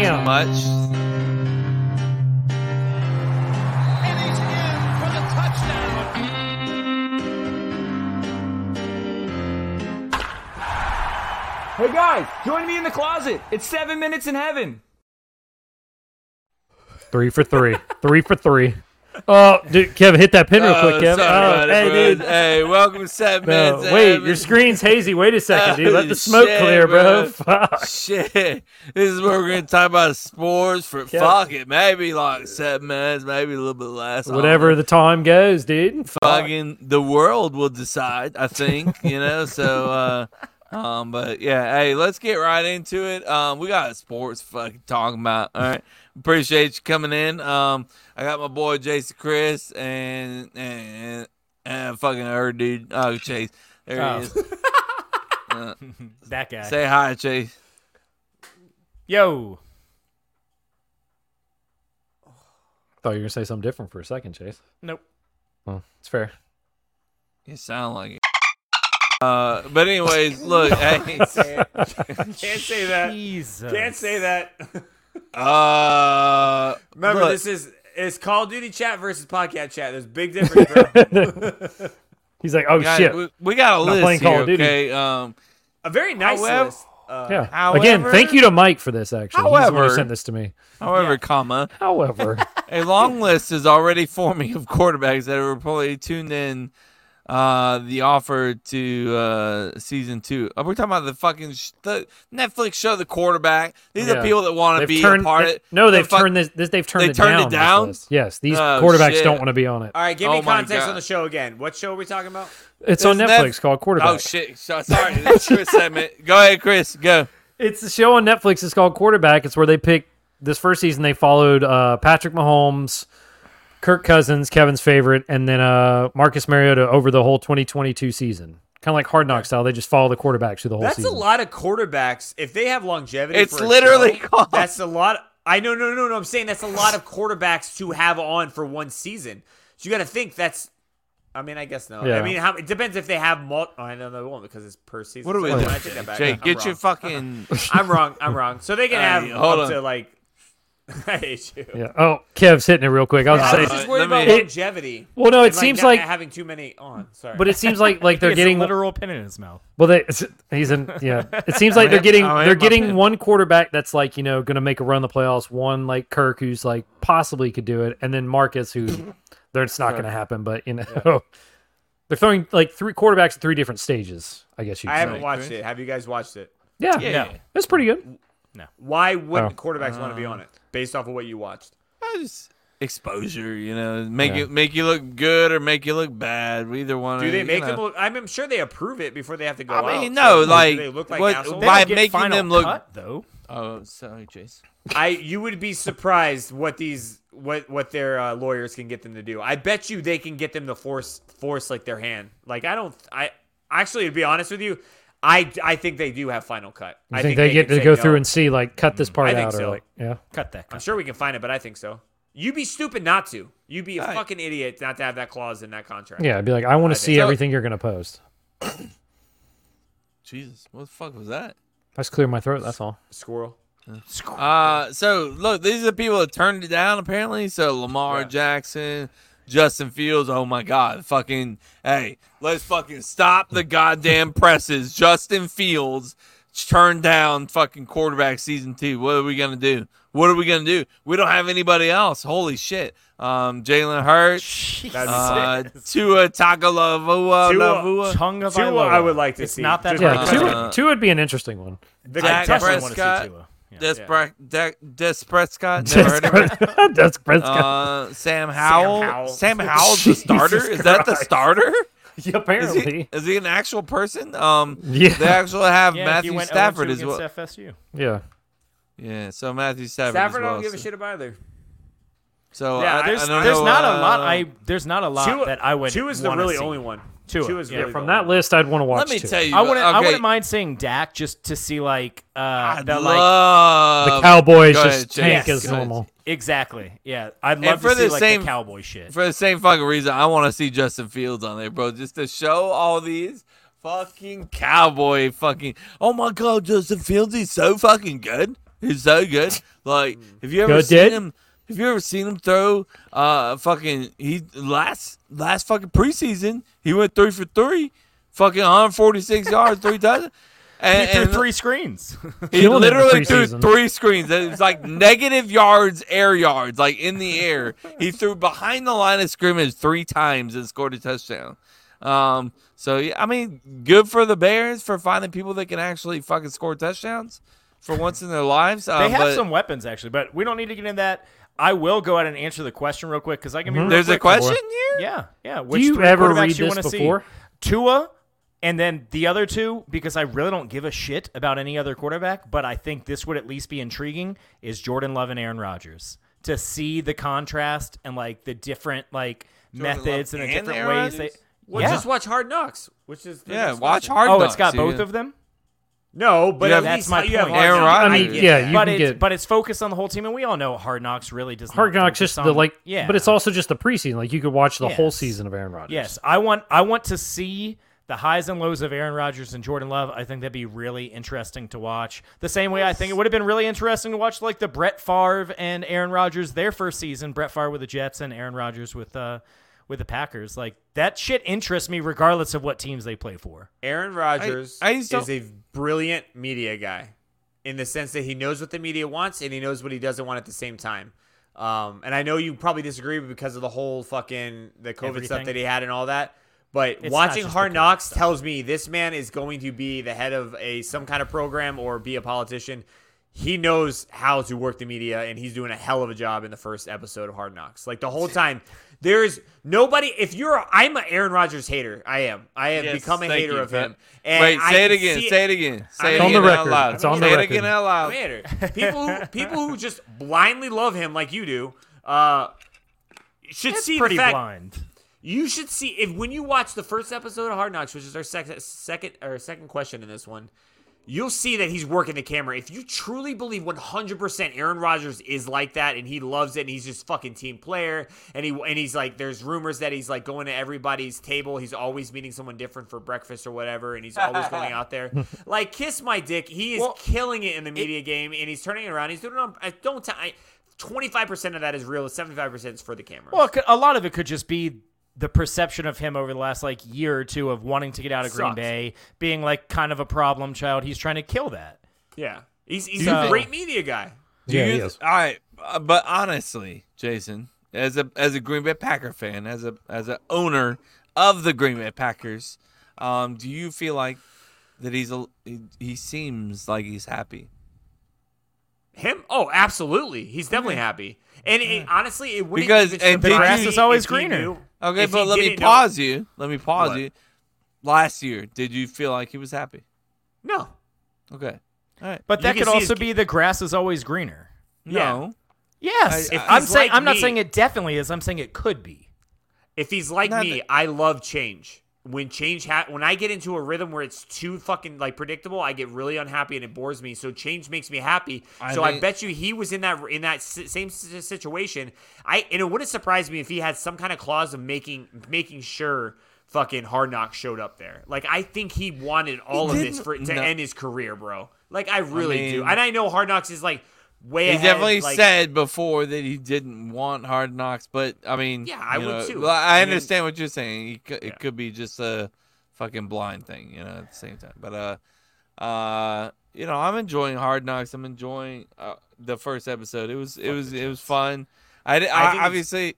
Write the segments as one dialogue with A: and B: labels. A: you much.
B: And he's in for the touchdown.
C: Hey guys, join me in the closet. It's seven minutes in heaven.
D: Three for three. three for three. Oh, dude, Kevin, hit that pin real quick,
A: Oh,
D: Kevin.
A: sorry
D: oh,
A: about it,
D: hey,
A: bud.
D: dude.
A: Hey, welcome to Seven
D: No,
A: Minutes.
D: wait,
A: Evan.
D: your screen's hazy. Wait a second, dude. Let
A: Oh,
D: the smoke
A: shit,
D: clear, bro.
A: bro.
D: Fuck.
A: Shit, this is where we're gonna talk about sports for
D: Kevin.
A: fuck it. Maybe like seven minutes, maybe a little bit less. I don't
D: Whatever
A: know.
D: the time goes, dude. Fuck.
A: fucking the world will decide. I think you know. So, uh, um, but yeah, hey, let's get right into it. Um, we got sports fucking talking about. All right, appreciate you coming in. Um, I got my boy Jason Chris and and, and fucking her dude. Oh, Chase, there
E: Oh.
A: he is.
E: That guy.
A: Say hi, Chase.
E: Yo.
D: Thought you were gonna say something different for a second, Chase.
E: Nope.
D: It's fair.
A: You sound like it. Uh, but anyways, look, hey,
F: Can't say that.
E: Jesus.
F: Can't say that.
A: uh,
F: Remember,
A: look,
F: this is it's Call of Duty chat versus podcast chat. There's a big difference, bro.
D: He's like, oh
A: guys,
D: shit.
A: We, we got a
D: Not
A: list
D: playing
A: here,
D: Call of Duty.
A: okay? Um,
F: a very nice
A: However-
F: list. Uh,
D: yeah.
A: however-
D: Again, thank you to Mike for this. Actually, he's the one
A: However-
D: who sent this to me.
A: However, comma,
D: However,
A: a long list is already forming of quarterbacks that are probably tuned in uh the offer to uh season two are we talking about the fucking sh- the netflix show the quarterback these
D: Yeah.
A: are people that want to
D: they've
A: be
D: turned.
A: a part of
D: they-
A: it
D: no,
A: The
D: they've
A: fuck-
D: turned this, this. They've turned
A: they
D: it
A: turned it
D: down. this
A: down?
D: list. Yes, these
A: Oh,
D: quarterbacks
A: shit.
D: don't want to be on it.
F: All right, give me
A: Oh my
F: context
A: God.
F: on the show again. What show are we talking about?
D: It's on
A: This
D: Netflix
A: Netf-
D: called Quarterback.
A: oh shit So- sorry that's chris segment go ahead chris go
D: It's a show on Netflix. It's called Quarterback. It's where they pick this first season. They followed uh, Patrick Mahomes, Kirk Cousins, Kevin's favorite, and then uh, Marcus Mariota over the whole 2022 season. Kind of like Hard Knocks style. They just follow the quarterbacks through the whole
F: That's
D: season.
F: a lot of quarterbacks. If they have longevity,
A: It's
F: for a
A: literally
F: show,
A: called-
F: That's a lot. I know, no, no, no. I'm saying that's a lot of quarterbacks to have on for one season. So you got to think that's. I mean, I guess no.
D: Yeah.
F: I mean, how, it depends if they have. Mul- oh, I know they won't because it's per season.
A: what are we
F: So
A: doing
F: I take that back.
A: jay
F: I'm
A: get your
F: wrong.
A: fucking
F: I'm wrong. I'm wrong. So they can
A: Hey,
F: have
A: hold
F: up
A: on.
F: to like. I hate you.
D: Yeah. Oh, Kev's hitting it real quick. I was
F: I was
D: saying.
A: Uh,
F: just worried
A: let me-
F: about longevity.
D: Well, no, it
F: and,
D: seems
F: not
D: like-
F: having too many on. Sorry,
D: But it seems like like
E: He
D: they're
E: has
D: getting
E: a literal pin in his mouth.
D: well they he's in yeah it seems like they're getting
A: I am
D: they're
A: up
D: getting
A: in.
D: one quarterback that's like you know going to make a run in the playoffs one like Kirk who's like possibly could do it and then Marcus who they're it's not going to happen but you know they're throwing like three quarterbacks at three different stages I guess you
F: I
D: could
F: haven't
D: say.
F: watched it. Have you guys watched it?
D: yeah
A: yeah
D: it's pretty good
F: Why wouldn't
D: Oh.
F: quarterbacks want to
A: Um,
F: be on it based off of what you watched?
A: I just- exposure you know make it make you look good or make you look bad either one
F: Do
A: of-
F: they
D: Uh,
A: you
F: make
A: know.
F: them look? I'm sure they approve it before they have to go
A: I mean,
F: out. So,
A: no,
F: do
A: like,
F: they look like
A: what-
F: assholes?
A: By
E: They don't get
A: making
E: final
A: them look-
E: cut, though.
A: oh sorry chase
F: I you would be surprised what these what what their uh, lawyers can get them to do. I bet you they can get them to force force like their hand. Like I don't. I actually to be honest with you, I I think they do have final cut.
D: you
F: I
D: think, they, get
F: can
D: to
F: say
D: go
F: no.
D: through and see like cut this part
F: I think
D: out or
F: so.
D: like yeah
E: Cut that.
F: I'm
E: Cut.
F: sure we can find it, but I think so. You'd be stupid not to. You'd be a
A: Right.
F: fucking idiot not to have that clause in that contract.
D: yeah I'd be like I want to see
F: think-
A: So-
D: everything you're going to post
A: jesus what the fuck was that
D: I just clear my throat that's all
F: Squirrel.
A: Uh, so look, these are the people that turned it down apparently. So Lamar Jackson, Justin Fields. Oh my God, fucking hey, let's fucking stop the goddamn presses. Justin Fields turned down fucking quarterback season two. What are we gonna do? What are we gonna do? We don't have anybody else. Holy shit. Um, Jalen Hurts,
F: That'd be
A: uh, Tua Tagovailoa,
F: Tua-
A: Lavua,
E: Tongue of
F: Tua,
E: Iloa.
F: I would like to
E: it's
F: see.
E: Not that
F: Just
D: yeah
E: hard.
A: Uh,
D: two
E: Tua-
A: uh,
D: two would be an interesting one
F: The
A: Dak
E: Tua-
F: contestant-
E: I wanna see
A: Prescott.
E: Tua. Yeah.
A: Des, Pre- Des, Des Prescott. Never heard of him.
D: that's Prescott.
A: Uh, Sam Howell. Sam
F: Howell.
A: Howell's the
D: Jesus
A: starter. Is that the
D: Christ.
A: starter?
D: Yeah,
A: Is
D: apparently.
A: he, is he an actual person? Um,
D: Yeah.
A: they actually have
E: Yeah, he
A: Matthew
E: went 0-2
A: Stafford as well.
E: against FSU.
D: Yeah.
A: yeah, so Matthew Stafford.
F: Stafford
A: as well.
F: don't give a
A: so-
F: shit about either.
A: So
F: Yeah,
A: I- I
E: There's,
A: don't
E: there's
A: know,
E: not
A: uh,
E: a lot. I there's not a lot Uh, that I would.
F: Two is the
E: wanna
F: really
E: see.
F: only one.
E: Tua.
F: Two is
E: Yeah,
F: really
D: From
F: the
D: that
F: only
D: list, I'd want to watch.
A: Let me
D: two.
A: tell you.
E: I wouldn't.
A: okay,
E: I wouldn't mind seeing Dak just to see like uh
A: I
E: that like
A: love
D: The Cowboys
A: um, go
D: just
A: ahead, Jay.
D: tank
A: Yes.
D: as
A: Go ahead.
D: normal.
E: exactly. Yeah, I'd love
A: for
E: to see
A: the
E: like
A: same-
E: the cowboy shit.
A: for the same fucking reason. I want to see Justin Fields on there, bro, just to show all these fucking cowboy fucking. Oh my god, Justin Fields is so fucking good. He's so good. Like, have you ever
D: Good
A: seen
D: did.
A: him? Have you ever seen him throw? Uh, fucking he last last fucking preseason he went three for three, fucking 146 yards, three touchdowns. And,
E: through
A: and
E: three screens.
A: he
D: Killing it in the
A: literally threw
D: preseason.
A: three screens. It was like negative yards, air yards, like in the air. He threw behind the line of scrimmage three times and scored a touchdown. Um, so yeah, I mean, good for the Bears for finding people that can actually fucking score touchdowns for once in their lives. Uh,
E: They have
A: but
E: some weapons actually, but we don't need to get into that. I will go out and answer the question real quick because I can be. real
A: Mm-hmm. There's a
E: quick.
A: question here.
E: Yeah, yeah. Which
D: you
E: three
D: ever
E: quarterbacks
D: read
E: you
D: this
E: wanna see?
D: before?
E: Tua, and then the other two because I really don't give a shit about any other quarterback, but I think this would at least be intriguing is Jordan Love and Aaron Rodgers to see the contrast and like the different like
A: Love
E: methods and the
A: and
E: different
A: Aaron
E: ways they.
A: Rodgers?
F: Well,
E: yeah.
F: just watch Hard Knocks, which is the
A: Yeah,
F: next
A: watch
F: question.
A: Hard
E: oh,
A: Knocks.
E: it's got both
A: yeah.
E: of them.
F: No, but
A: Yeah,
F: at
E: that's
F: least
E: my
F: you have
E: point.
F: Hard
A: Aaron
F: Knocks.
A: Rodgers.
F: I
A: I
F: get
A: mean,
D: yeah,
F: that.
D: you-
E: but
D: can
E: it's
D: get-
E: but it's focused on the whole team, and we all know Hard Knocks really does.
D: Hard
E: not
D: Knocks
E: focus
D: just
E: on,
D: the like,
E: yeah.
D: but it's also just the preseason. Like you could watch the whole
E: Yes.
D: season of Aaron Rodgers.
E: Yes, I want I want to see the highs and lows of Aaron Rodgers and Jordan Love. I think that'd be really interesting to watch. The same way I think it would have been really interesting to watch like the Brett Favre and Aaron Rodgers their first season. Brett Favre with the Jets and Aaron Rodgers with uh with the Packers. Like that shit interests me regardless of what teams they play for.
F: Aaron Rodgers
A: I just
F: is
A: don't-
F: a brilliant media guy in the sense that he knows what the media wants and he knows what he doesn't want at the same time. Um, and I know you probably disagree because of the whole fucking the COVID stuff
E: Everything.
F: that he had and all that. But
E: not
F: watching
E: just
F: Hard
E: the COVID
F: Knocks tells me this man is going to be the head of a some kind of program or be a politician. He knows how to work the media, and he's doing a hell of a job in the first episode of Hard Knocks. Like the whole time, there is nobody. If you're, I'm an Aaron Rodgers hater. I am. I have
A: Yes,
F: become a
A: thank
F: hater
A: you,
F: of
A: Pat.
F: him. And
A: Wait,
F: I
A: say it
F: can
A: again.
F: see
A: Say it again. Say it
D: on the
A: again out
D: record.
A: loud.
D: It's on the
A: say it
D: record.
A: again out
F: I'm a
A: loud.
F: hater. People, who, people who just blindly love him like you do, uh, should see
E: Pretty
F: the fact
E: blind.
F: you should see if when you watch the first episode of Hard Knocks, which is our sec- second or second question in this one, you'll see that he's working the camera. If you truly believe 100% Aaron Rodgers is like that and he loves it and he's just fucking team player and he and he's like there's rumors that he's like going to everybody's table, he's always meeting someone different for breakfast or whatever and he's always going out there. Like kiss my dick, he is killing it in the media game and he's turning it around. He's doing it on I don't t- I, 25% of that is real, 75% is for the camera.
E: Well, it could- a lot of it could just be the perception of him over the last like year or two of wanting to get out of Green
F: Sucks.
E: Bay, being like kind of a problem child. He's trying to kill that.
F: Yeah. He's, he's
E: you
F: a
E: think-
F: great media guy.
A: Do
D: Yeah,
A: you,
D: he is.
A: All right, uh, but honestly, Jason, as a as a Green Bay Packer fan, as a as a owner of the Green Bay Packers, um, do you feel like that he's a he, he seems like he's happy?
F: Him? Oh, absolutely. He's definitely happy. And it, honestly, it wouldn't
A: Because-
F: even
A: and did
F: surprise
A: you- The
F: me
A: grass is
E: always
F: if he
E: greener.
F: knew-
A: Okay,
F: if he
A: but let me
F: didn't know-
A: pause you. Let me pause
F: What?
A: you. Last year, did you feel like he was happy?
F: No.
A: Okay, all right.
E: But
F: You
E: that
F: can
E: could
F: see his
E: also
F: ki-
E: be the grass is always greener.
F: Yeah.
A: No,
E: Yes,
A: I- If
E: I, am
F: he's
E: saying
F: like
E: I'm not
F: me-
E: saying it definitely is. I'm saying it could be.
F: If he's like
A: Not
F: me, I love change. When change ha- when I get into a rhythm where it's too fucking like predictable, I get really unhappy and it bores me. So change makes me happy.
A: I
F: so I
A: think-
F: bet you he was in that in that si- same si- situation. I and it wouldn't surprise me if he had some kind of clause of making making sure fucking Hard Knocks showed up there. Like I think he wanted all of this
A: didn't-
F: for it to
A: no.
F: end his career, bro. Like I really do.
A: mean-
F: And I know Hard Knocks is like way
A: he
F: ahead.
A: definitely
F: like,
A: said before that he didn't want hard knocks. But I mean,
F: Yeah, I
A: you
F: would
A: know,
F: too.
A: well, I
F: I mean-
A: understand what you're saying. He cou-
F: Yeah.
A: It could be just a fucking blind thing, you know. At the same time, but uh, uh, you know, I'm enjoying Hard Knocks. I'm enjoying uh, the first episode. It was it was it was fun. I, di- I,
F: think it's-
A: obviously,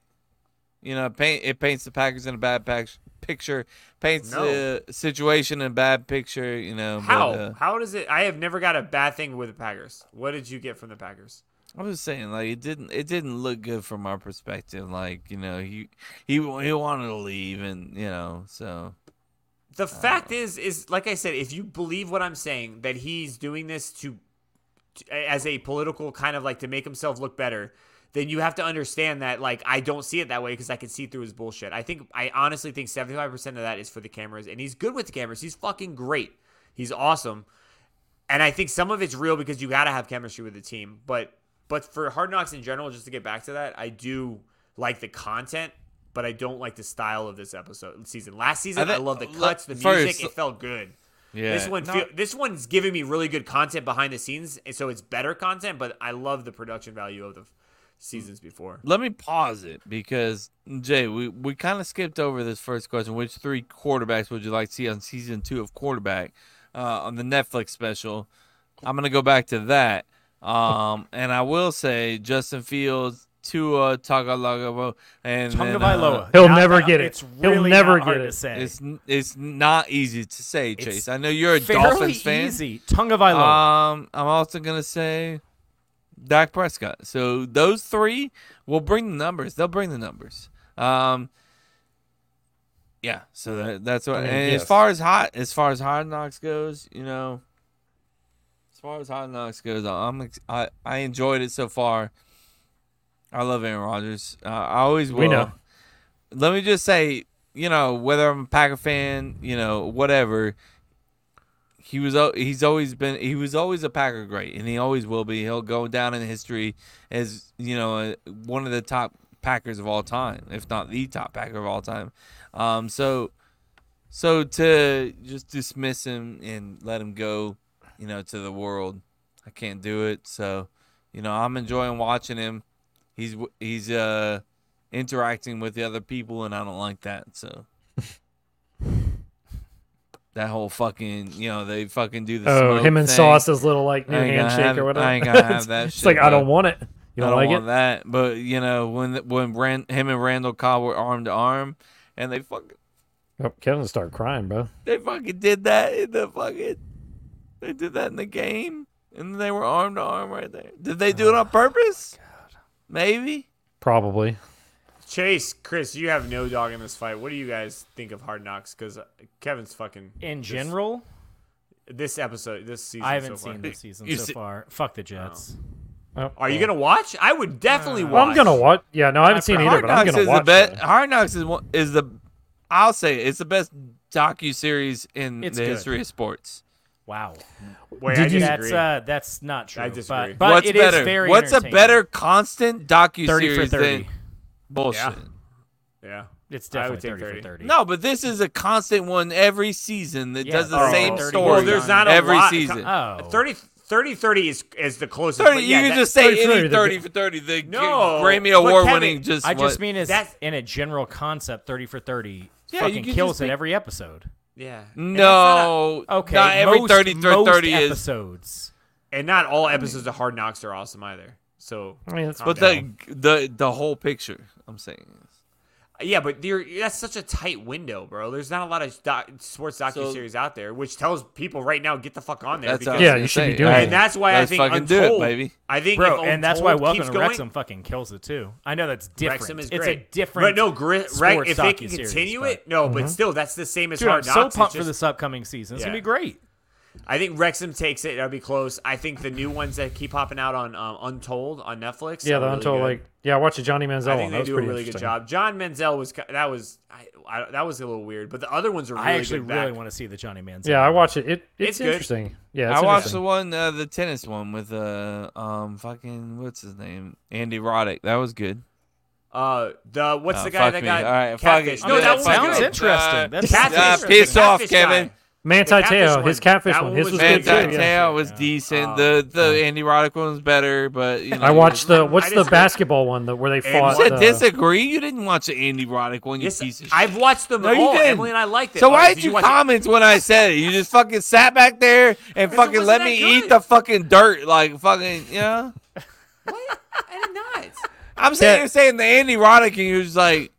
A: you know, paint it paints the Packers in a bad pack, picture, paints
F: No.
A: the situation in a bad picture. You know,
F: How?
A: But, uh,
F: How does it? I have never got a bad thing with the Packers. What did you get from the Packers?
A: I was saying like it didn't it didn't look good from our perspective. Like you know he he wa- he wanted to leave and you know so
F: The fact is, is like I said, if you believe what I'm saying, that he's doing this to, to- as a political kind of like to make himself look better, then you have to understand that like I don't see it that way because I can see through his bullshit. I think I honestly think 75% of that is for the cameras, and he's good with the cameras. He's fucking great. He's awesome. And I think some of it's real because you gotta have chemistry with the team. But but for Hard Knocks in general, just to get back to that, I do like the content, but I don't like the style of this episode season. Last season,
A: I
F: I,
A: think-
F: love the
A: le-
F: cuts, the
A: first-
F: music. It felt good.
A: Yeah.
F: This one, feel, this one's giving me really good content behind the scenes, and so it's better content. But I love the production value of the f- seasons before.
A: Let me pause it because Jay, we, we kind of skipped over this first question. Which three quarterbacks would you like to see on season two of quarterback uh, on the Netflix special? I'm gonna go back to that, um, and I will say Justin Fields, Tua Tagovailoa, and then, uh,
E: Tungavailoa.
D: He'll
E: Not
D: never
E: that-
D: get it.
E: It's
D: He'll
E: really
D: never
E: not hard
D: get it.
E: to say.
A: it's it's not easy to say, Chase. I know you're a
E: fairly
A: Dolphins fan.
E: easy. Tungavailoa.
A: Um, I'm also gonna say Dak Prescott. So those three will bring the numbers. They'll bring the numbers. Um, yeah. So that, that's what.
D: I mean,
A: and
D: yes.
A: as far as hot, as far as hard knocks goes, you know, as far as hard knocks goes, I'm ex- I I enjoyed it so far. I love Aaron Rodgers. Uh, I always will.
D: We know.
A: Let me just say, you know, whether I'm a Packer fan, you know, whatever he was al- he's always been he was always a Packer great and he always will be. He'll go down in history as you know uh, one of the top Packers of all time, if not the top Packer of all time. Um, so so to just dismiss him and let him go, you know, to the world, I can't do it. So you know, I'm enjoying watching him. He's w- he's uh interacting with the other people and I don't like that. So that whole fucking, you know, they fucking do the
D: Oh,
A: smoke
D: him and
A: thing.
D: Sauce's little like new
A: I ain't gonna
D: handshake
A: have-
D: or whatever.
A: I ain't gonna have
D: It's-
A: that
D: It's
A: shit,
D: like I don't
A: bro.
D: want it. You
A: I
D: don't,
A: don't
D: like
A: want
D: it?
A: that, but you know when when Rand, him and Randall Cobb were arm to arm, and they fucking
D: Oh, Kevin started crying, bro.
A: they fucking did that in the fucking they did that in the game, and they were arm to arm right there. Did they
E: Oh
A: do it on purpose? Maybe.
D: Probably.
F: Chase, Chris, you have no dog in this fight. What do you guys think of Hard Knocks? Because Kevin's fucking
E: in general,
F: this episode, this season.
E: I haven't
F: so far.
E: seen this season
A: You
E: so
A: see-
E: far. Fuck the Jets.
D: Oh,
F: Are you gonna watch? I would definitely
D: Well,
F: watch.
D: I'm gonna watch. Yeah, no, I haven't seen either,
A: Hard
D: but I'm
A: Knocks
D: gonna
A: is
D: watch.
A: the best.
D: it.
A: Hard Knocks is one, is the I'll say it, it's the best docu series in
E: It's
A: the
E: good.
A: history of sports.
E: Wow,
F: Wait,
D: Did
F: I
D: you-
E: that's
F: disagree.
E: uh, that's not true.
F: I disagree.
E: But, but
A: What's
E: it is
A: better?
E: very
A: What's a
E: entertaining.
A: better constant docu
E: thirty for
A: series
E: thirty?
A: than bullshit?
F: Yeah. yeah,
E: It's
F: I would
E: definitely
F: take
E: thirty, for
F: 30.
E: thirty.
A: No, but this is a constant one every season that
E: Yeah,
A: does the
E: oh.
A: same
E: 30.
A: story.
F: Well, there's not a
A: every
F: lot.
A: season.
E: Oh,
F: 30, 30 30 is is the closest.
A: thirty,
F: but yeah,
A: you
F: that-
A: can just say
D: 30,
A: any
D: 30, the-
A: thirty for thirty. The g-
F: No,
A: Grammy
F: but
A: Award
F: Kevin,
A: winning just.
E: I just
A: what-
E: mean is
F: that's-
E: in a general concept, thirty for thirty
A: Yeah, you
E: fucking
A: can
E: kills
A: just
E: it
A: make-
E: every episode.
F: yeah. And that's not a-
A: no.
E: Okay,
A: not every
E: most,
A: thirty for
E: most
A: thirty is.
E: episodes.
F: and not all episodes of Hard Knocks are awesome either. So
D: I mean, it's
A: But the the the whole picture. I'm saying.
F: yeah, but you're, that's such a tight window, bro. There's not a lot of doc, sports docu series out there, which tells people right now get the fuck on there.
A: That's
F: because,
A: what I was
D: Yeah,
A: gonna
D: you should be
A: say.
D: doing
A: Hey,
D: it.
F: and that's why
A: let's
F: I think
A: fucking
F: Untold,
A: do it, baby.
F: I think
E: Bro,
F: if
E: and that's why
F: Untold
E: Welcome
F: keeps
E: to
F: going,
E: Wrexham fucking kills it too. I know that's different.
F: Wrexham is
E: It's
F: great.
E: a different.
F: But no, Gre- Wrex,
E: sports
F: if they can
E: docuseries,
F: continue
E: but- Mm-hmm.
F: it, no. But still, that's the same as
E: Dude, I'm
F: Hard Knocks.
E: so
F: It's
E: pumped for
F: just-
E: this upcoming season. It's gonna
F: Yeah.
E: be great.
F: I think Wrexham takes it. That'll be close. I think the new ones that keep popping out on um, Untold on Netflix.
D: yeah,
F: are
D: the
F: really
D: until
F: good.
D: like yeah, watch the Johnny
E: oh,
D: Manziel
F: I
D: one.
F: think
D: That
F: they
D: was
F: do a
D: pretty
F: really good
D: interesting.
F: job. John Manziel was ki- that was I, I, that was a little weird, but the other ones are really
E: I actually
F: good.
E: really
F: back.
E: want to see the Johnny Manziel.
D: Yeah, I watch it. It it's,
F: It's good.
D: interesting. Yeah, it's
A: I watched the
D: interesting.
A: one, uh, the tennis one with uh, um, fucking what's his name, Andy Roddick. That was good.
F: Uh, the what's
A: Oh,
F: the guy
A: fuck
F: that
A: me.
F: got
A: All right, fuck
F: catfish?
A: it.
F: No,
A: Yeah,
F: that
A: fuck
F: one
A: it.
E: sounds interesting.
A: Uh,
E: That's
F: Catfish,
A: Uh,
F: the
A: piss off,
F: catfish
A: Kevin.
F: Guy.
D: Manti
F: catfish
D: Te'o,
F: one.
D: his catfish
F: That
D: one.
F: one
D: His
F: was
D: was
A: Man,
D: good
F: good, Oh,
A: that
D: too.
F: too.
D: yeah.
A: tail was decent. the
F: oh.
A: the Andy Roddick one was better, but you know.
D: I watched the
F: I
D: what's the
F: disagree.
D: basketball one that where they
A: You
D: fought.
A: said
D: uh,
A: disagree. You didn't watch the Andy Roddick one, you
F: Yes,
A: piece of shit.
F: I've watched them
A: No, you
F: all.
A: didn't.
F: Emily and I liked it.
A: so
F: Oh,
A: why
F: did
A: did you
F: watch it?
A: comment when I said it? You just fucking sat back there and
F: it
A: fucking
F: wasn't
A: let
F: that
A: me
F: good.
A: eat the fucking dirt, like fucking you know.
F: What? I did not.
A: I'm saying you're saying the Andy Roddick, and you're just like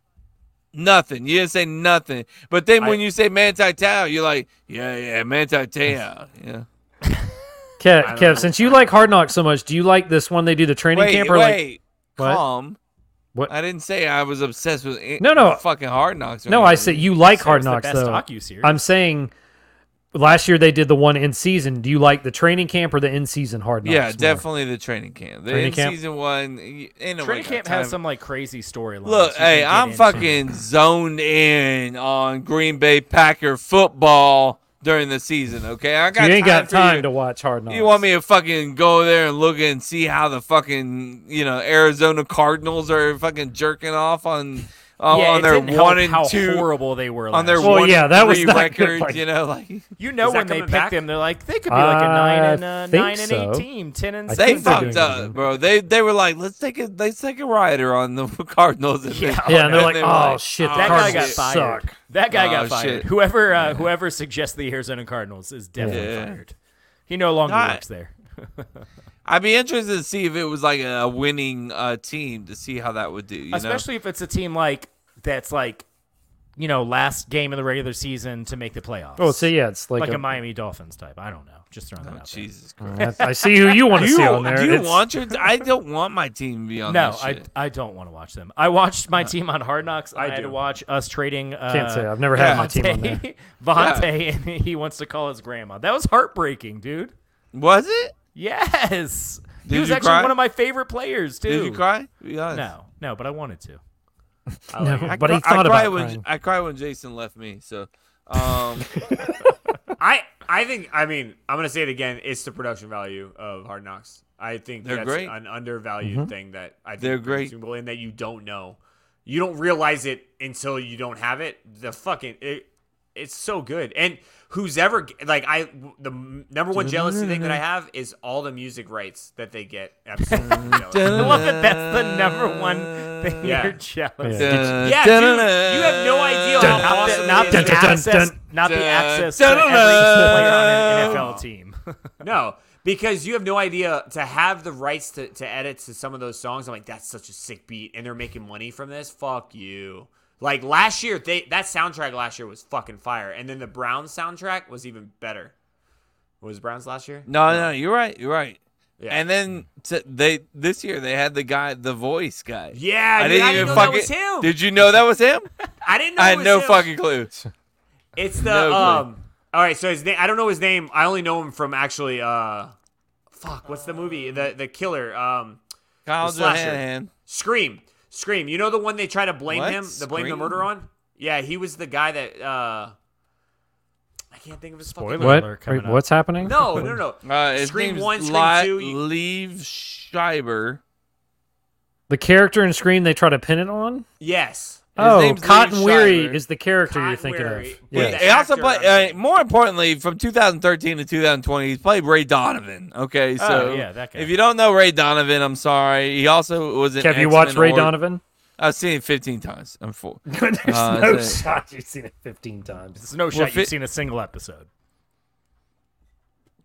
A: nothing. You didn't say nothing. But then when you say Manti Tao, you're like, yeah, yeah, Manti Tao. Yeah.
D: Kev, Kev, since you like Hard Knocks so much, do you like this one they do the training
A: Wait,
D: camp or like?
A: wait,
D: What?
A: calm.
D: What?
A: I didn't say I was obsessed with it-
D: No, no.
A: fucking hard knocks. or
D: No, I
A: anything.
D: said you like Hard
E: it's the
D: Knocks
E: best
D: though.
E: docuseries.
D: I'm saying last year they did the one in season. Do you like the training camp or the in season Hard Knocks?
A: Yeah,
D: more?
A: definitely the training camp. The
D: Training
A: in
D: camp?
A: season one. y- Ain't no
E: Training
A: way I got
E: camp has
A: Oh time.
E: some like crazy storylines.
A: Look,
E: you
A: hey,
E: can get
A: I'm
E: into.
A: fucking zoned in on Green Bay Packer football during the season. Okay, I got
D: You ain't got
A: for
D: time
A: you.
D: to watch Hard Knocks.
A: You want me to fucking go there and look and see how the fucking you know Arizona Cardinals are fucking jerking off on uh,
E: yeah,
A: on
E: it
A: their
E: didn't help
A: one and
E: how
A: two
E: horrible they were.
A: on their
E: last
D: Well,
A: one
D: yeah,
A: and
D: that was
A: three
D: not good
A: record.
D: fight.
A: You know, like
E: You know
F: Is that
E: when they
F: coming
E: pick
F: back?
E: them, they're like they could be like a nine
D: I
E: and uh,
D: think
E: nine and
D: so.
E: eight team, ten and
D: I
A: they
D: think they're
E: seven.
D: doing
A: fucked up,
D: something.
A: bro. They they were like, let's take a let's take a rider on the Cardinals. And
E: Yeah.
A: they-
D: Yeah, and they're like,
A: they
D: oh
A: were like,
D: shit, the
E: That guy got
D: Cardinals
E: fired.
D: suck.
E: That guy
A: Oh,
E: got fired.
A: shit.
E: Whoever uh, whoever suggests the Arizona Cardinals is definitely
A: Yeah.
E: fired. He no longer
A: Not-
E: works there.
A: I'd be interested to see if it was like a winning uh, team to see how that would do. You
E: Especially if it's a team like that's like, you know, last game of the regular season to make the playoffs.
D: Oh, so yeah, it's like,
E: like,
D: a-
E: a, Miami Dolphins type. I don't know. Just throwing that
A: know,
E: out there.
A: Jesus Christ.
D: I I see who you want to
A: Do
D: see
A: you,
D: on there.
A: do you
D: It's-
A: want your? I don't want my team to be on.
E: No,
A: that
E: I,
A: Oh, shit. Uh,
E: I don't want to watch them. I watched my team on Hard Knocks. I,
F: I
E: had
F: do.
E: to watch us trading. Uh,
D: Can't say I've never had my team on there.
E: Vontae, Vontae, and he wants to call his grandma. That was heartbreaking, dude.
A: was it.
E: Yes,
A: Did
E: he was
A: you
E: actually
A: cry?
E: one of my favorite players too.
A: Did you cry? Be honest.
E: No, no, but I wanted to.
D: No,
A: Oh, I
D: but he
A: cry- I
D: thought
A: cry
D: about
A: when
D: crying.
A: I cry when Jason left me. So, um,
F: I I think I mean I'm gonna say it again. It's the production value of Hard Knocks. I think
A: They're
F: that's
A: great.
F: an undervalued thing that I think
A: They're
F: is
A: great.
F: consumable and that you don't know. You don't realize it until you don't have it. The fucking it, it's so good. And who's ever g- like I the m- number one jealousy thing that I have is all the music rights that they get. Absolutely. jealous.
E: I love that. That's the number one thing
F: Yeah.
E: you're jealous.
D: Yeah.
F: Yeah, dude, you have no idea
D: Dun,
F: how
E: Not
F: awesome
E: the,
F: it
E: not
F: is.
E: the
D: Dun, dun, dun,
E: access,
D: dun.
E: not the
A: Dun,
E: access
A: dun,
E: to every
A: dun.
E: player on an NFL team.
F: No, because you have no idea to have the rights to, to edit to some of those songs. I'm like, that's such a sick beat, and they're making money from this. Fuck you. Like last year, they that soundtrack last year was fucking fire, and then the Browns soundtrack was even better. Was Browns last year?
A: No, no, you're right. You're right.
F: Yeah.
A: And then t- they this year they had the guy, the voice guy.
F: Yeah,
A: I
F: dude,
A: didn't
F: I
A: even
F: didn't know that
A: fucking.
F: was him.
A: Did you know that was him?
F: I didn't know.
A: I
F: it
A: had
F: was
A: no
F: him.
A: fucking clue.
F: It's the
A: No clue.
F: um. All right, so his name. I don't know his name. I only know him from actually. uh Fuck, what's the movie? The the killer. Um,
A: Kyle
F: slasher.
A: Johann.
F: Scream, Scream. You know the one they try to blame
A: What?
F: him, the blame the
A: Scream?
F: murder on. Yeah, he was the guy that. uh I can't think of his fucking.
E: Spoiler.
F: name.
D: What?
E: Alert coming
D: Wait, what's happening?
F: No, no, no. no.
A: Uh, his
F: Scream
A: name's
F: one, Scream
A: Li-
F: two, you-
A: Liev Schreiber.
D: The character in Scream they try to pin it on.
F: yes.
D: Oh,
A: name's
D: Cotton
A: Liev
D: Weary
A: Schreiber.
D: is the character you're
F: Cotton
D: thinking
F: Weary.
D: of.
F: Wait,
D: Yeah.
F: that-
A: He also
F: actor,
A: played.
F: I'm-
A: Uh, more importantly, from 2013 to 2020, he's played Ray Donovan. Okay,
F: Oh,
A: so
E: yeah, that guy.
A: if you don't know Ray Donovan, I'm sorry. He also was in.
D: Have you
A: X-Men
D: watched Ray
A: or-
D: Donovan?
A: I've seen it 15 times. I'm full.
D: There's
A: Uh,
D: no
A: it's a-
D: shot you've seen it 15 times.
E: It's no shot
A: Well,
E: you've
A: fit-
E: seen a single episode.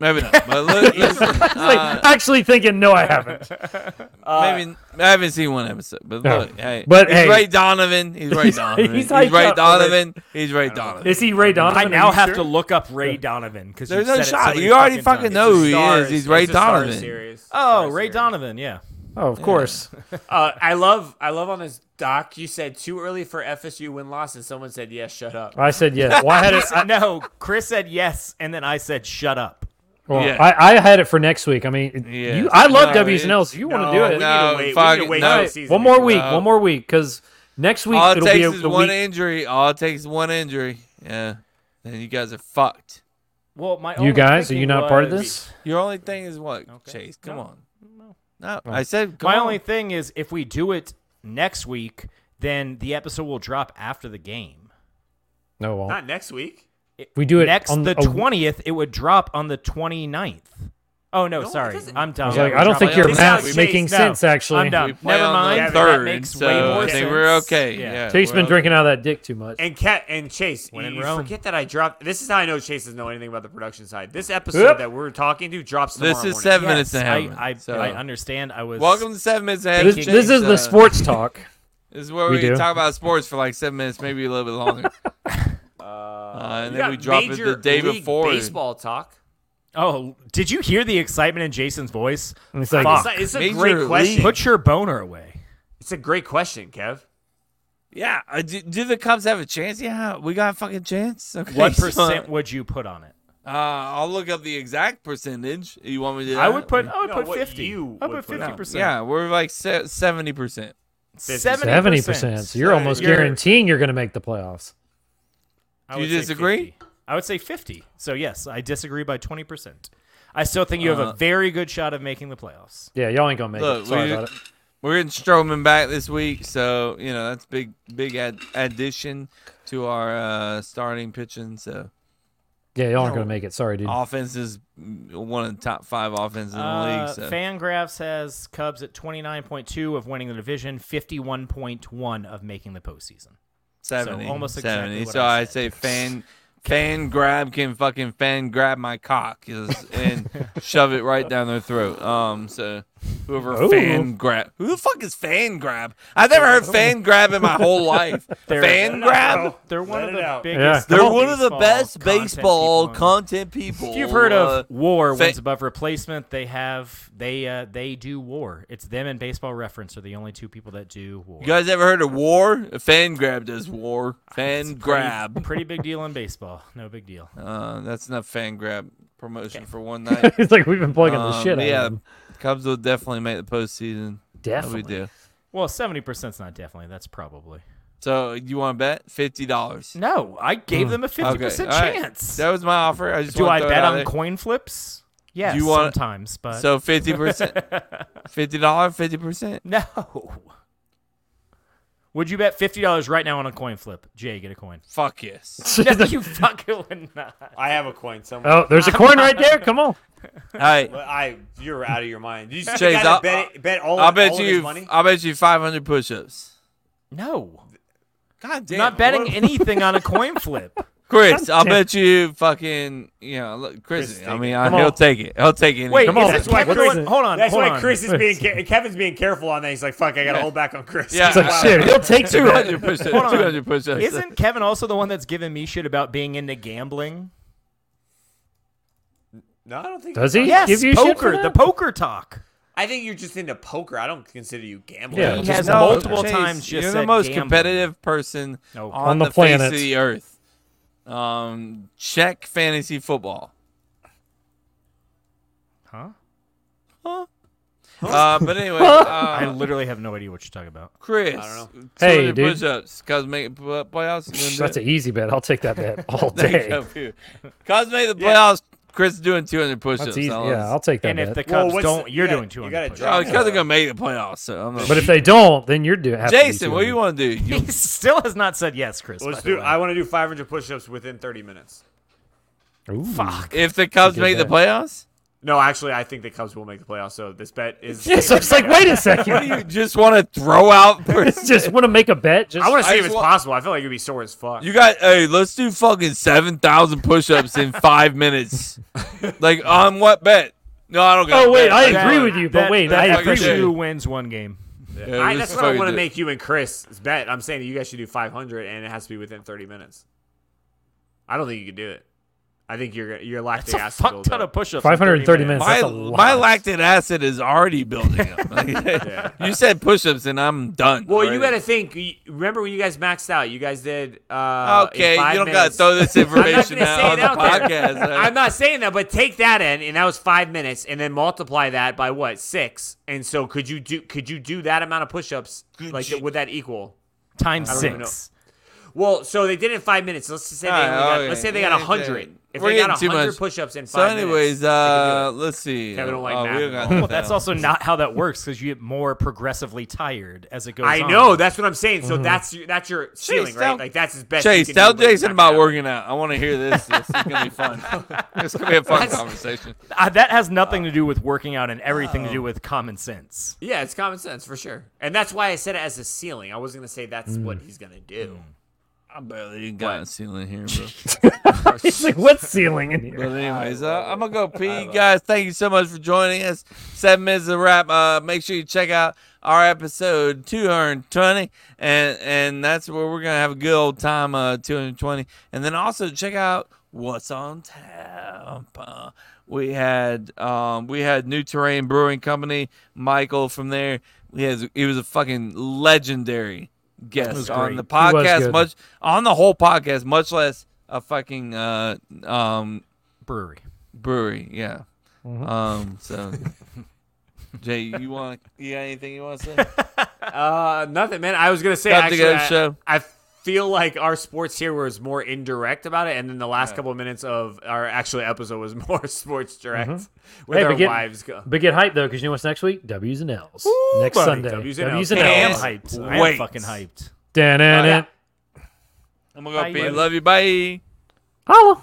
A: Maybe not. But look, listen,
D: It's like Uh, actually thinking, no, I haven't.
A: maybe I haven't seen one episode. But
D: Uh, No.
A: look, hey,
D: But,
A: he's
D: hey.
A: Ray Donovan. He's Ray Donovan.
D: he's
A: He's,
D: hyped
A: Ray
D: up over it.
A: Donovan. He's Ray Donovan.
D: Is he Ray Donovan?
E: I
D: Are
E: now
D: you
E: have
D: sure?
E: to look up Ray Donovan because
A: There's no shot. You already fucking know who Oh, he
F: Stars.
A: is. He's
F: It's
A: Ray
F: a Star
A: Donovan.
F: series.
E: Oh,
F: Star
E: Ray
F: series.
E: Donovan. Yeah.
D: Oh, of course.
F: Uh, I love, I love on this doc. You said too early for FSU win loss, and someone said yes. Shut up.
D: I said yes. Well, I had it. I,
E: no, Chris said yes, and then I said shut up.
D: well,
A: Yeah.
D: I, I had it for next week. I mean, it-
A: Yeah.
D: you, I love
A: No,
D: W's and
A: it-
D: L's. You want to
F: No,
D: do it?
F: we
A: No,
F: need to wait.
A: fuck
F: we need
A: it,
F: to wait
A: no.
F: till
A: All
F: the
A: right,
F: season.
D: One more week.
A: No.
D: One more week. Because next week
A: All it
D: it'll be
A: takes
D: a,
A: is
D: the
A: one
D: week.
A: injury. All it takes is one injury. Yeah. Then you guys are fucked.
E: Well, my
D: You
E: only
D: guys, are you
E: thinking
D: not part of
E: was-
D: this?
A: Your only thing is what, Chase? Come on. No. I said come
E: My
A: on.
E: only thing is if we do it next week, then the episode will drop after the game.
D: No, it won't.
F: Not next week.
D: we do it
E: next
D: on
E: the
D: a-
E: twentieth, it would drop on the 29th. Oh no,
F: No, it
E: sorry,
F: doesn't.
E: I'm
D: I
E: dumb.
D: was like, I don't think
F: you're
D: your
F: This
D: math's
F: is-
D: making
F: no,
D: sense. Actually,
E: I'm done.
A: We play
E: Never
A: on the
E: mind.
F: Yeah, but
E: that
A: third,
E: makes
A: so
E: way
A: I
E: more
A: think
E: sense.
A: we're okay. Yeah.
D: Tate's Uh, been
A: we're
D: drinking out of that dick too much.
F: And Cat and Chase,
E: When in
F: you
E: Rome.
F: forget that I dropped. This is how I know Chase doesn't know anything about the production side. This episode
D: Yep.
F: that we're talking to drops tomorrow
A: This is
F: morning.
A: seven minutes and a half.
E: I, I,
A: so.
E: I understand. I was
A: Welcome to seven minutes and a half.
D: This, this is
A: James,
D: the
A: uh,
D: sports talk.
A: This is where
D: We
A: we, can
D: do.
A: talk about sports for like seven minutes, maybe a little bit longer. uh, and
F: You
A: then
F: got
A: we drop it the
F: Major
A: day
F: League
A: before.
F: Baseball talk.
E: Oh, did you hear the excitement in Jason's voice?
D: And it's like,
E: Fuck.
F: It's, not- it's a
A: Major
F: great
A: League.
F: question.
E: Put your boner away.
F: It's a great question, Kev.
A: Yeah. uh, do, do the Cubs have a chance? Yeah, we got a fucking chance. Okay,
E: What
A: so,
E: percent would you put on it?
A: Uh, I'll look up the exact percentage. You want me to? do
E: I
A: that?
E: would put. I would
F: No,
E: put
F: what
E: fifty.
F: you
E: I
F: would
E: would put
F: put
E: fifty
A: No,
E: percent.
A: Yeah, we're like seventy percent.
D: seventy percent. So you're almost guaranteeing you're going to make the playoffs.
E: I
A: Do
E: would
A: you
E: say
A: disagree?
E: 50. I would say fifty. So yes, I disagree by twenty
A: Uh,
E: percent. I still think you have a very good shot of making the playoffs.
D: Yeah, y'all ain't going to make
A: Look,
D: it. Sorry
A: we-
D: about it.
A: We're getting Strowman back this week, so you know that's big, big ad- addition to our uh, starting pitching. So
D: Yeah, y'all aren't gonna make it. Sorry, dude.
A: offense is mm, one of the top five offenses in the
E: Uh,
A: league. So
E: Fangraphs has Cubs at 29.2 of winning the division, 51.1 of making the postseason.
A: seventy,
E: almost exactly
A: seventy.
E: what
A: so
E: I
A: I, say fan, fan grab can fucking fan grab my cock is- and shove it right down their throat. Um, so whoever fan grab, who the fuck is fan grab? I've never heard fan grab in my whole life. fan grab.
E: They're one
F: Let
E: of
F: it
E: the
F: out.
E: biggest.
D: Yeah.
A: They're one of the
E: baseball
A: best
E: content
A: baseball
E: people.
A: content people.
E: If you've heard
A: Uh,
E: of WAR,
A: fa-
E: wins above replacement. They have they uh, they do WAR. It's them and Baseball Reference are the only two people that do WAR.
A: You guys ever heard of war? A fan grab does war. Fan grab.
E: Pretty big deal in baseball. No big deal.
A: Uh, that's enough fan grab promotion for one night.
D: it's like we've been plugging the
A: Um,
D: shit out
A: yeah,
D: of him.
A: Cubs will definitely make the postseason. That
D: Definitely.
A: We do.
E: Well, seventy percent's not definitely. That's probably.
A: So you want to bet fifty dollars?
E: No, I gave them a fifty percent chance.
A: That was my offer. I just
E: Do
A: wanna
E: I
A: throw it
E: bet
A: out
E: on
A: there.
E: coin flips? Yes,
A: You wanna-
E: sometimes, but
A: So fifty percent, fifty dollars, fifty percent.
E: no. Would you bet fifty dollars right now on a coin flip? Jay, get a coin.
A: Fuck yes.
E: no, you fucking would not.
F: I have a coin somewhere.
D: Oh, there's a coin right there. Come on.
A: All right,
F: But I, you're out of your mind. You just
A: Chase,
F: gotta
A: I'll-
F: bet, it, bet all.
A: I'll
F: of-
A: bet
F: all of his
A: you.
F: money.
A: I'll bet you five hundred push-ups.
E: No,
A: God damn.
E: not betting
A: what-
E: anything on a coin flip.
A: Chris, I'll bet you fucking you know, look, Chris.
F: Chris,
A: I
F: take
A: mean,
F: it.
A: I,
D: Come
A: he'll
D: on.
A: take it. He'll take it.
E: Wait,
D: Come
E: is
D: on.
E: this
D: That's why
E: Kevin
D: Chris-
E: doing- hold on,
F: That's
E: hold
F: why
E: on.
F: Chris is being ca- Kevin's being careful on that. He's like, "Fuck, I gotta hold back on Chris."
A: Yeah. It's
F: He's
A: like,
F: wild.
A: shit.
D: Dude, he'll take
A: two
D: two.
A: hundred push-ups. Two
E: Hold on.
A: hundred push-ups.
E: Isn't Kevin also the one that's giving me shit about being into gambling?
F: No, I don't think.
D: Does he
E: Yes,
D: give you shit for
E: poker,
D: that?
E: the poker talk.
F: I think you're just into poker. I don't consider you gambling.
D: Yeah.
E: He
D: Just
E: has
D: no,
E: multiple
A: Chase,
E: times just
A: you're
E: said
A: the most
E: gambling.
A: competitive person
E: No.
A: on,
D: On
A: the,
D: the
A: face
D: planet.
A: of the earth. Um, check fantasy football.
E: Huh?
A: Uh, but anyway, uh,
E: I literally have no idea what you're talking about.
A: Chris,
D: Hey,
A: 200
D: dude.
A: push-ups. Cause make pl- playoffs. you gonna do
D: That's
A: it?
D: an easy bet. I'll take that bet all
A: There you
D: day.
A: go, dude. Cause made the playoffs. Chris doing two hundred push-ups.
D: That's easy.
A: I love
D: Yeah, I'll take that
E: And
D: bet.
E: if the
F: Well,
E: Cubs
F: what's-
E: don't, you're
F: you gotta-
E: doing
F: you
E: 200
F: gotta
E: push-ups.
F: drop-
A: Oh, Cubs are gonna make the playoffs. So I'm not.
D: but if they don't, then you're doing.
A: Jason, what do you want to do? You
E: He still has not said yes, Chris.
F: Let's
E: by the
F: do.
E: way.
F: I want to do 500 push-ups within 30 minutes.
D: Ooh.
A: If the Cubs make the
D: bet.
A: playoffs,
F: No, actually, I think the Cubs will make the playoffs. So this bet is.
D: Yeah, so it's like, wait a second.
A: you just want to throw out.
D: just want to make a bet. Just
F: I want to
A: I
F: see if
A: just
F: it's
A: wa-
F: possible. I feel like it'd be sore as fuck.
A: You got hey, let's do fucking seven thousand push-ups in five minutes. Like on what bet? No, I don't. got a
D: Oh wait,
A: bet. Just
D: I agree
A: fucking-
D: with you, but
E: That-
D: wait,
E: that
D: I
A: fucking
D: agree with
A: shit.
D: you.
E: Who wins one game?
A: Yeah,
F: I,
A: just
F: that's what I
A: fucking
F: want to
A: do it.
F: make you and Chris bet. I'm saying that you guys should do 500, and it has to be within 30 minutes. I don't think you can do it. I think you're you're lactic
E: It's a
F: acid.
E: fuck
F: buildup.
E: ton of push-ups. in
D: 530 minutes.
A: My
D: That's a
A: my
D: lot.
A: lactic acid is already building up. Like, You said push-ups, and I'm done.
F: Well, you got
A: already.
F: to think. you- Remember when you guys maxed out? You guys did. Uh, in
A: Ah, Okay,
F: five
A: you don't
F: minutes.
A: got to throw this information
F: gonna say
A: out on
F: it
A: the
F: out
A: podcast. right?
F: I'm not saying that, but take that in, and that was five minutes, and then multiply that by what six? And so, could you do? Could you do that amount of push-ups? like, would that equal?
E: Times
F: don't even
E: six.
F: Well, so they did it in five minutes. Let's just say they
A: All
F: only
A: right,
F: got,
A: okay.
F: let's say they got
A: Yeah,
F: hundred.
A: yeah.
F: If
A: We're
F: they got
A: getting too
F: hundred
A: much.
F: push-ups in five
A: So, anyways,
F: minutes,
A: uh, let's see.
F: Kevin don't like
A: oh,
F: math
A: we
F: at
A: don't got
F: all.
A: that
E: Well, that's
A: down.
E: also not how that works because you get more progressively tired as it goes.
F: I
E: on.
F: know that's what I'm saying. So that's your, that's your ceiling, right?
A: Mm-hmm. tell-
F: like that's his best. you
A: Chase,
F: can
A: tell
F: do when you
A: Jason
F: max
A: about
F: out.
A: working out. I want to hear this. This is gonna be fun. It's gonna be a fun conversation.
E: Uh, that has nothing to do with working out and everything to do with common sense.
F: Yeah, it's common sense for sure, and that's why I said it as a ceiling. I wasn't gonna say that's what
A: Mm.
F: he's gonna do.
A: I barely got a ceiling here, bro.
D: It's like, what's ceiling in here?
A: But anyways, uh, I'm gonna go pee, guys. Thank you so much for joining us. Seven minutes of wrap. Uh, make sure you check out our episode 220, and and that's where we're gonna have a good old time. Uh, 220, and then also check out what's on tap. Uh, we had um, we had New Terrain Brewing Company. Michael from there. He has he was a fucking legendary guest on
E: great.
A: the
D: was
A: podcast.
D: good.
A: Much on the whole podcast, much less a fucking uh, um,
E: Brewery.
A: brewery. Yeah. Um. So, Jay, you want you got anything you want to say?
F: Uh, nothing, man. I was gonna say
A: Got to
F: actually,
A: go
F: I,
A: show.
F: I feel like our sports here was more indirect about it, and then the last couple of minutes of our actual episode was more sports direct with
D: Hey,
F: our
D: but get,
F: wives. Go.
D: but get hyped though, because you know what's next week? W's and L's. next
F: buddy,
D: Sunday.
F: W's
D: W's
F: and
D: and,
F: Ls.
E: I'm
F: Yes.
D: L's.
E: hyped.
A: Wait.
E: I'm fucking hyped.
D: Dun, dun, dun.
A: I'm gonna go
E: Bye.
A: pee. Love you. Bye.
D: Holla.